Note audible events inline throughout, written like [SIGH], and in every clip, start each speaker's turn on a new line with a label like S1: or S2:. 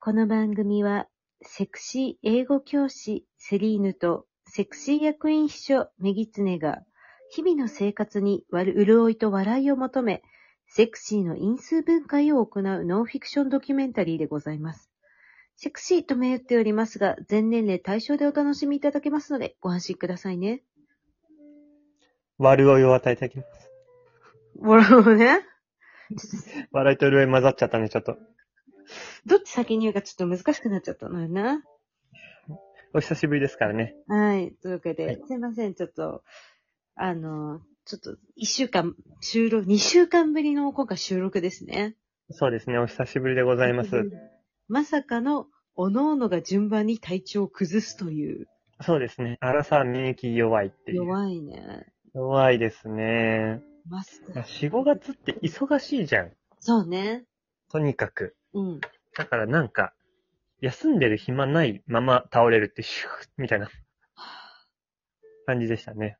S1: この番組は、セクシー英語教師セリーヌとセクシー役員秘書メギツネが、日々の生活にわる潤いと笑いを求め、セクシーの因数分解を行うノンフィクションドキュメンタリーでございます。セクシーと銘打っておりますが、全年齢対象でお楽しみいただけますので、ご安心くださいね。
S2: 悪酔いを与えてあげ [LAUGHS] ます。
S1: なるほどね。
S2: 笑いと潤い混ざっちゃったね、ちょっと。
S1: どっち先に言うかちょっと難しくなっちゃったのよな。
S2: お久しぶりですからね。
S1: はい。というわけで、
S2: はい
S1: すいません。ちょっと、あの、ちょっと、一週間、収録、二週間ぶりの今回収録ですね。
S2: そうですね、お久しぶりでございます。
S1: まさかの、おのおのが順番に体調を崩すという。
S2: そうですね、あらさ免疫弱いっていう。弱い
S1: 弱いね。
S2: ですね。
S1: マスク。
S2: 4、5月って忙しいじゃん。
S1: そうね。
S2: とにかく。
S1: うん。
S2: だからなんか、休んでる暇ないまま倒れるって、シューみたいな感じでしたね。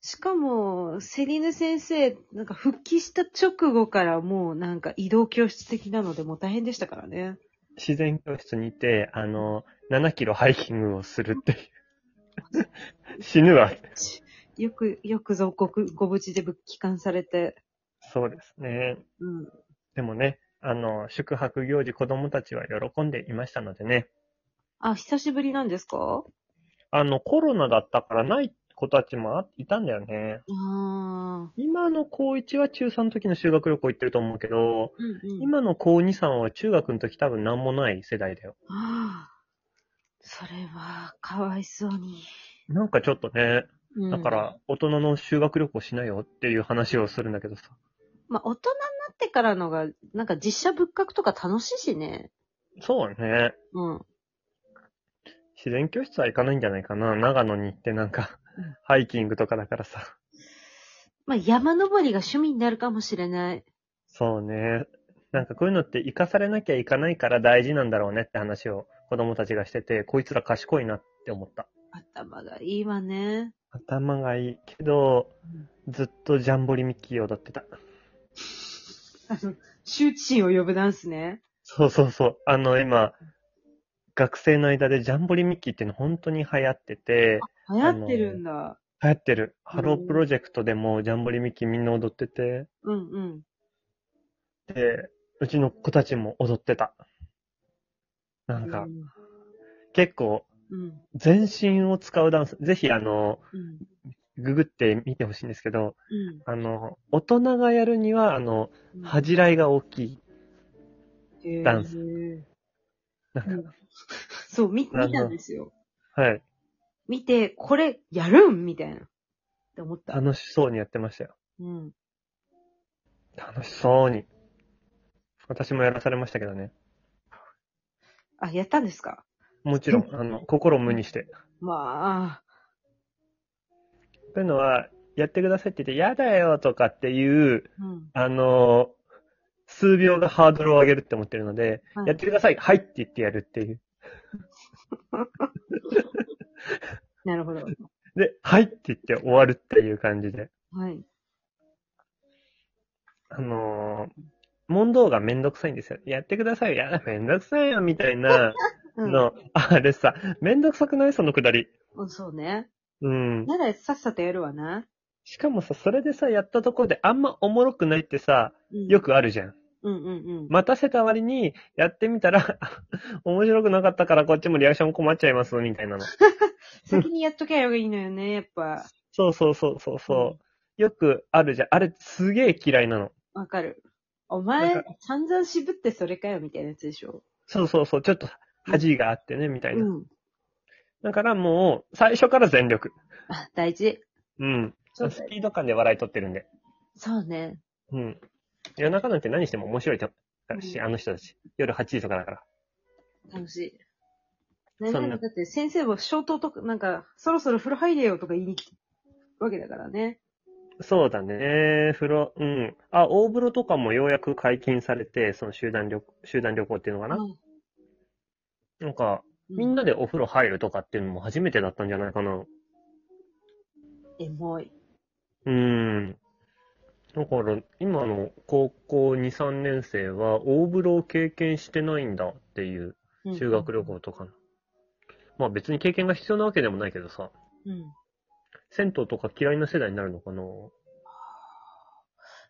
S1: しかも、セリヌ先生、なんか復帰した直後からもうなんか移動教室的なのでもう大変でしたからね。
S2: 自然教室にて、あの、7キロハイキングをするっていう。 [LAUGHS] 死ぬわ。
S1: よく、よくぞごくご無事で帰還されて。
S2: そうですね。
S1: うん。
S2: でもね、あの、宿泊行事子供たちは喜んでいましたのでね。
S1: あ、久しぶりなんですか
S2: あの、コロナだったからない子たちもあいたんだよね。
S1: ああ。
S2: 今の高1は中3の時の修学旅行行ってると思うけど、
S1: うんうん。
S2: 今の高2、3は中学の時多分何もない世代だよ。
S1: ああ。それは、かわいそうに。
S2: なんかちょっとね、
S1: うん
S2: だか。ら大人の修学旅行しなよっていう話をするんだけどさ。
S1: まあ、大人になってからのが、なんか実写仏閣とか楽しいしね。
S2: そうね。
S1: うん。
S2: 自然教室は行かないんじゃないかな。長野に行ってなんか
S1: うん、
S2: ハイキングとかだからさ。
S1: まあ、山登りが趣味になるかもしれない。
S2: そうね。なんかこういうのって生かされなきゃいかないから大事なんだろうねって話を子供たちがしてて、こいつら賢いなって思った。
S1: 頭がいいわね。
S2: 頭がいいけど、ずっとジャンボリミッキーを踊ってた。
S1: あの、羞恥心を呼ぶダンスね。
S2: そうそうそう。あの今、学生の間でジャンボリミッキーっていうの本当に流行ってて、
S1: 流行ってるんだ。
S2: 流行ってる。ハロープロジェクトでもジャンボリミッキーみんな踊ってて、
S1: うんうん。
S2: で、うちの子たちも踊ってた。なんか、結構、
S1: うん。
S2: 全身を使うダンス。ぜひあの、
S1: うん。
S2: ググってみてほしいんですけど、
S1: うん。
S2: あの、大人がやるには、あの、
S1: うん。
S2: 恥じらいが大きい。
S1: へー
S2: ダンス
S1: なんかそう、み、見たんですよ。
S2: はい。
S1: 見て、これ、やるんみたいな。って思った。
S2: 楽しそうにやってましたよ。
S1: うん。
S2: 楽しそうに。私もやらされましたけどね。
S1: あ、やったんですか
S2: もちろん、あの、心を無にして。
S1: まあ、
S2: というのは、やってくださいって言って、やだよとかっていう、
S1: うん。
S2: あの、数秒がハードルを上げるって思ってるので、
S1: はい
S2: やってください、はいって言ってやるっていう。
S1: なるほど。
S2: で、はいって言って終わるっていう感じで。
S1: はい。
S2: あのー問答がめんどくさいんですよ。やってくださいよ。いや、めんどくさいよ、みたいなの、あれさ、めんどくさくないそのくだり。
S1: うん、そうね。
S2: うん。
S1: なら、さっさとやるわな。
S2: しかもさ、それでさ、やったところであんまおもろくないってさ、
S1: うん
S2: よ。くあるじゃん。
S1: うんうんうん。
S2: 待たせた割に、やってみたら、 [LAUGHS] 面白くなかったからこっちもリアクション困っちゃいます、みたいなの。
S1: 先にやっときゃいいのよね、やっぱ。
S2: そうそうそうそうそう。よくあるじゃん。あれ、すげえ嫌いなの。
S1: わかる。お
S2: わ
S1: 前
S2: か、
S1: 散々渋ってそれかよ、みたいなやつでしょ。
S2: そうそうそう。ちょっと恥があってね、みたいな。
S1: ん。
S2: だからもう、最初から全力。
S1: あ、大事。
S2: うん。
S1: そう
S2: スピード感で笑い取ってるんで。
S1: そうね。
S2: うん。夜中なんて何しても面白いとし、
S1: うん
S2: あの人たち。夜8時とかだから。
S1: 楽しい。
S2: そんな
S1: なんだかだって、先生も消灯とか、なんか、そろそろ風呂入れよとか言いに来るわけだからね。
S2: そうだね。風呂、うん。あ、大風呂とかもようやく解禁されて、その集団旅、集団旅行っていうのかな。
S1: うん
S2: なんか、みんなでお風呂入るとかっていうのも初めてだったんじゃないかな。
S1: エモい。
S2: うん。だから、今の高校2、3年生は、大風呂を経験してないんだっていう、
S1: うん
S2: 修学旅。行とかの。まあ別に経験が必要なわけでもないけどさ、
S1: うん。
S2: 銭湯とか嫌いな世代になるのかな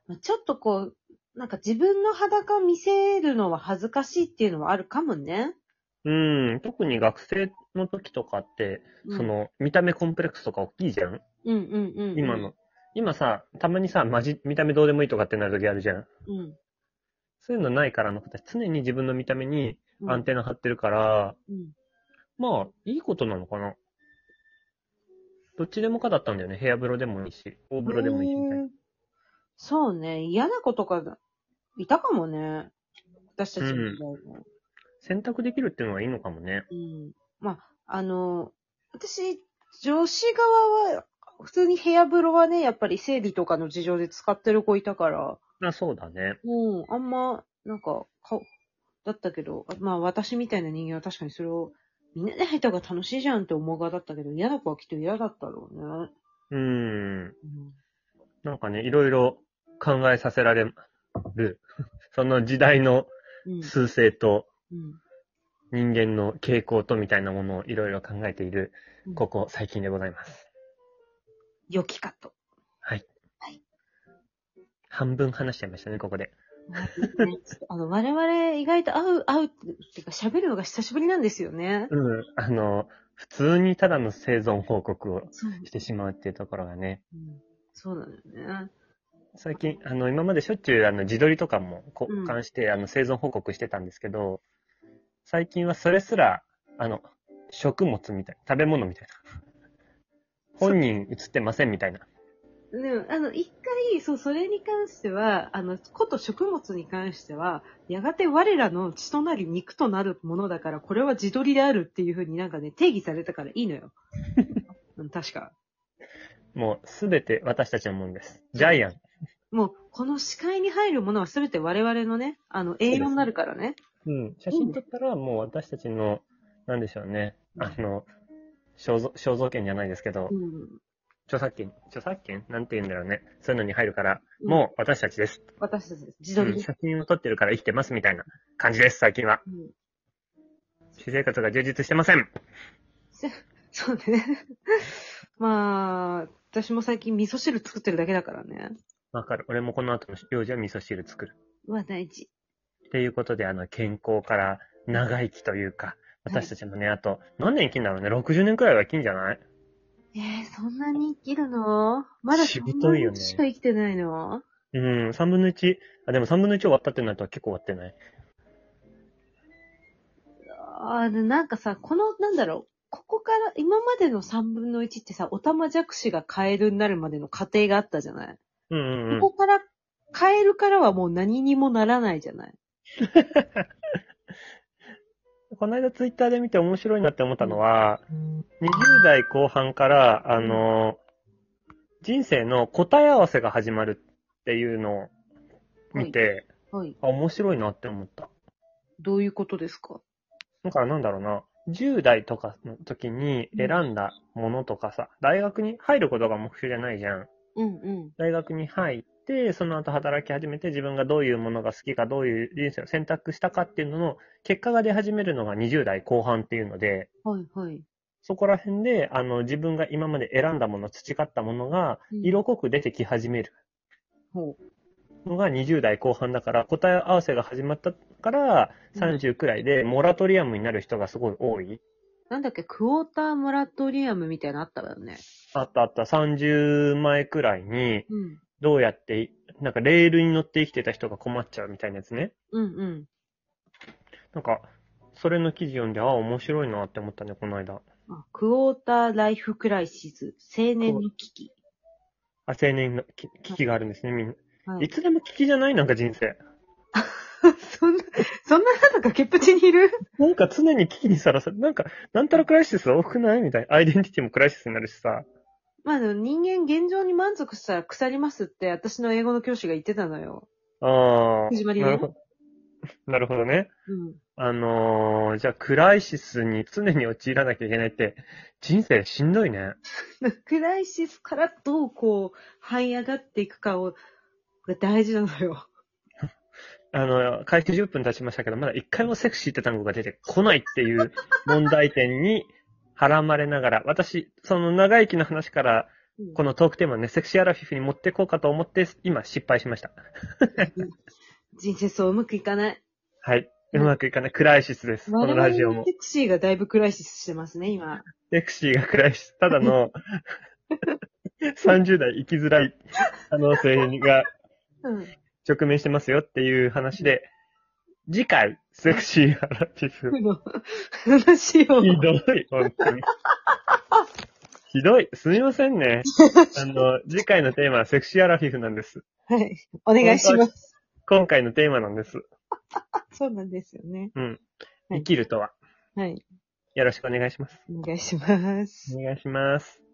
S1: まあちょっとこう、なんか自分の裸見せるのは恥ずかしいっていうのはあるかもね。
S2: うん、特に学生の時とかって、
S1: うん
S2: そ、の、見た目コンプレックスとか大きいじゃん
S1: うんうんうんうん。
S2: 今の。。今さ、たまにさ、まじ、見た目どうでもいいとかってなる時あるじゃん
S1: うん。
S2: そういうのないからの子たち、常に自分の見た目に
S1: うん
S2: アンテナ張ってるから、
S1: うん。
S2: まあ、いいことなのかな。どっちでもかだったんだよね。部屋風呂でもいいし、大風呂でもいいしみたい
S1: へ
S2: な。
S1: ーそうね。嫌な子とかいたかもね。私たちの時代も。
S2: 選択できるっていうのはいいのかもね。
S1: うんまあ、あの、私、女子側は、普通に部屋風呂はね、やっぱり生理とかの事情で使ってる子いたから、
S2: あ、そうだね。
S1: うん、あんま、なんか、顔、だったけど、まあ私みたいな人間は確かにそれを、みんなで入った方が楽しいじゃんって思う側だったけど、嫌な子はきっと嫌だったろうね。
S2: うーん。
S1: うん
S2: なんかね、いろいろ考えさせられる。 [LAUGHS] その時代の
S1: うん。
S2: 数勢と
S1: うん。
S2: 人間の傾向とみたいなものをいろいろ考えている、
S1: うん
S2: ここ最近でございます。
S1: 良きかと。
S2: 半分話しちゃいましたね、ここで。
S1: ねちょっとあの、我々意外と会う、会うっていうか喋るのが久しぶりなんですよね。
S2: うん。あの、普通にただの生存報告を
S1: そう。
S2: してしまうっていうところがね。
S1: うん、そうなのよね。
S2: 最近、あの、今までしょっちゅう、あの、自撮りとかも
S1: うん
S2: 交換して、あの、生存報告してたんですけど、最近はそれすら、あの、食物みたいな、食べ物みたいな。
S1: そう
S2: 本人映ってませんみたいな。
S1: でも、あの、一回、そう、それに関しては、あの、こと食物に関しては、やがて我らの血となり肉となるものだから、これは自撮りであるっていうふうになんかね、定義されたからいいの [LAUGHS] よ。うん確か。
S2: もう、すべて私たちのもんです。ジャイアン。
S1: もう、この視界に入るものは全て我々のね、あの、栄養になるからね。
S2: うん。写真撮ったら、もう私たちの、なんでしょうね。あの、肖像、肖像権じゃないですけど、
S1: うん。
S2: 著作権、著作権なんて言うんだろうね。そういうのに入るから、
S1: うん
S2: もう私たちです。
S1: 私たちです。自撮り
S2: うん
S1: です。
S2: 写真を撮ってるから生きてますみたいな感じです、最近は。
S1: うん
S2: 私生活が充実してません。
S1: そうね。 [LAUGHS] まあ、私も最近味噌汁作ってるだけだからね。
S2: わかる。俺もこの後の用事は味噌汁作る。
S1: は大事。
S2: っていうことで、あの、健康から長生きというか、私たちもね、あと、何年生きんだろうね。60年くらいは生きんじゃない
S1: えー、そんなに生きるのまだ
S2: しぶとい
S1: そんな
S2: よね
S1: にしか生きてないの
S2: うん、3分の1。あ、でも3分の1終わったってなると結構終わってない。
S1: あーでなんかさ、この、なんだろう、ここから、今までの3分の1ってさ、オタマジャクシがカエルになるまでの過程があったじゃない、
S2: うんうんうん。
S1: ここから、カエルからはもう何にもならないじゃない
S2: この間ツイッターで見て面白いなって思ったのは、20代後半から、あの、人生の答え合わせが始まるっていうのを見て、
S1: はい。
S2: あ、面白いなって思った。
S1: どういうことですか
S2: だからなんだろうな、10代とかの時に選んだものとかさ、大学に入ることが目標じゃないじゃん。
S1: うんうん。
S2: 大学に入って、その後働き始めて自分がどういうものが好きか、どういう人生を選択したかっていうのの結果が出始めるのが20代後半っていうので、
S1: はいはい。
S2: そこら辺で、あの、自分が今まで選んだもの、培ったものが
S1: う、ん
S2: 色濃く出てき始める
S1: ほ
S2: のが20代後半だから、答え合わせが始まったから、
S1: うん
S2: 30くらいで、モラトリアムになる人がすごい多い。
S1: なんだっけ、クォーターモラトリアムみたいなのあったわよね。
S2: あったあった、30前くらいに、
S1: うん。
S2: どうやって、なんかレールに乗って生きてた人が困っちゃうみたいなやつね。
S1: うんうん。
S2: なんか、それの記事読んで、あ、面白いなって思ったね、この間。
S1: あクォーターライフクライシス、青年の危機。
S2: あ、青年のき危機があるんですね、みんな。
S1: はい
S2: いつでも危機じゃないなんか人生。
S1: [LAUGHS] そんな、そんななんか崖っぷちにいる
S2: なんか常に危機にさらされ、なんか、なんたらクライシス多くないみたいな。アイデンティティもクライシスになるしさ。
S1: まあでも人間現状に満足したら腐りますって私の英語の教師が言ってたのよ。
S2: ああ。
S1: 藤丸ね
S2: なるほど。なるほどね。
S1: うん。
S2: あのー、じゃあ、クライシスに常に陥らなきゃいけないって、人生しんどいね。
S1: クライシスからどうこう、這い上がっていくかをこれ大事なのよ。
S2: あの、開始10分経ちましたけど、まだ一回もセクシーって単語が出てこないっていう問題点にはらまれながら、私、その長生きの話から、このトークテーマね、セクシーアラフィフに持っていこうかと思って、今失敗しました。
S1: 人生そううまくいかない。
S2: はい。うまくいかない。クライシスです。こ
S1: 我
S2: の
S1: 々
S2: ラジオ
S1: の
S2: も。
S1: セクシーがだいぶクライシスしてますね、今。
S2: セクシーがクライシス。ただの、30代生きづらい可能性が
S1: うん。
S2: 直面してますよっていう話で、次回、セクシーアラフィフ。
S1: この話を。
S2: ひどい、本当に。ひどい。すみませ
S1: [LAUGHS]
S2: んね。あの、次回のテーマはセクシーアラフィフなんです。
S1: はい。お願いします。
S2: 今回のテーマなんです。
S1: そうなんですよね。
S2: うん。
S1: はい
S2: 生きるとは。
S1: はい。
S2: よろしくお願いします。
S1: お願いします。
S2: お願いします。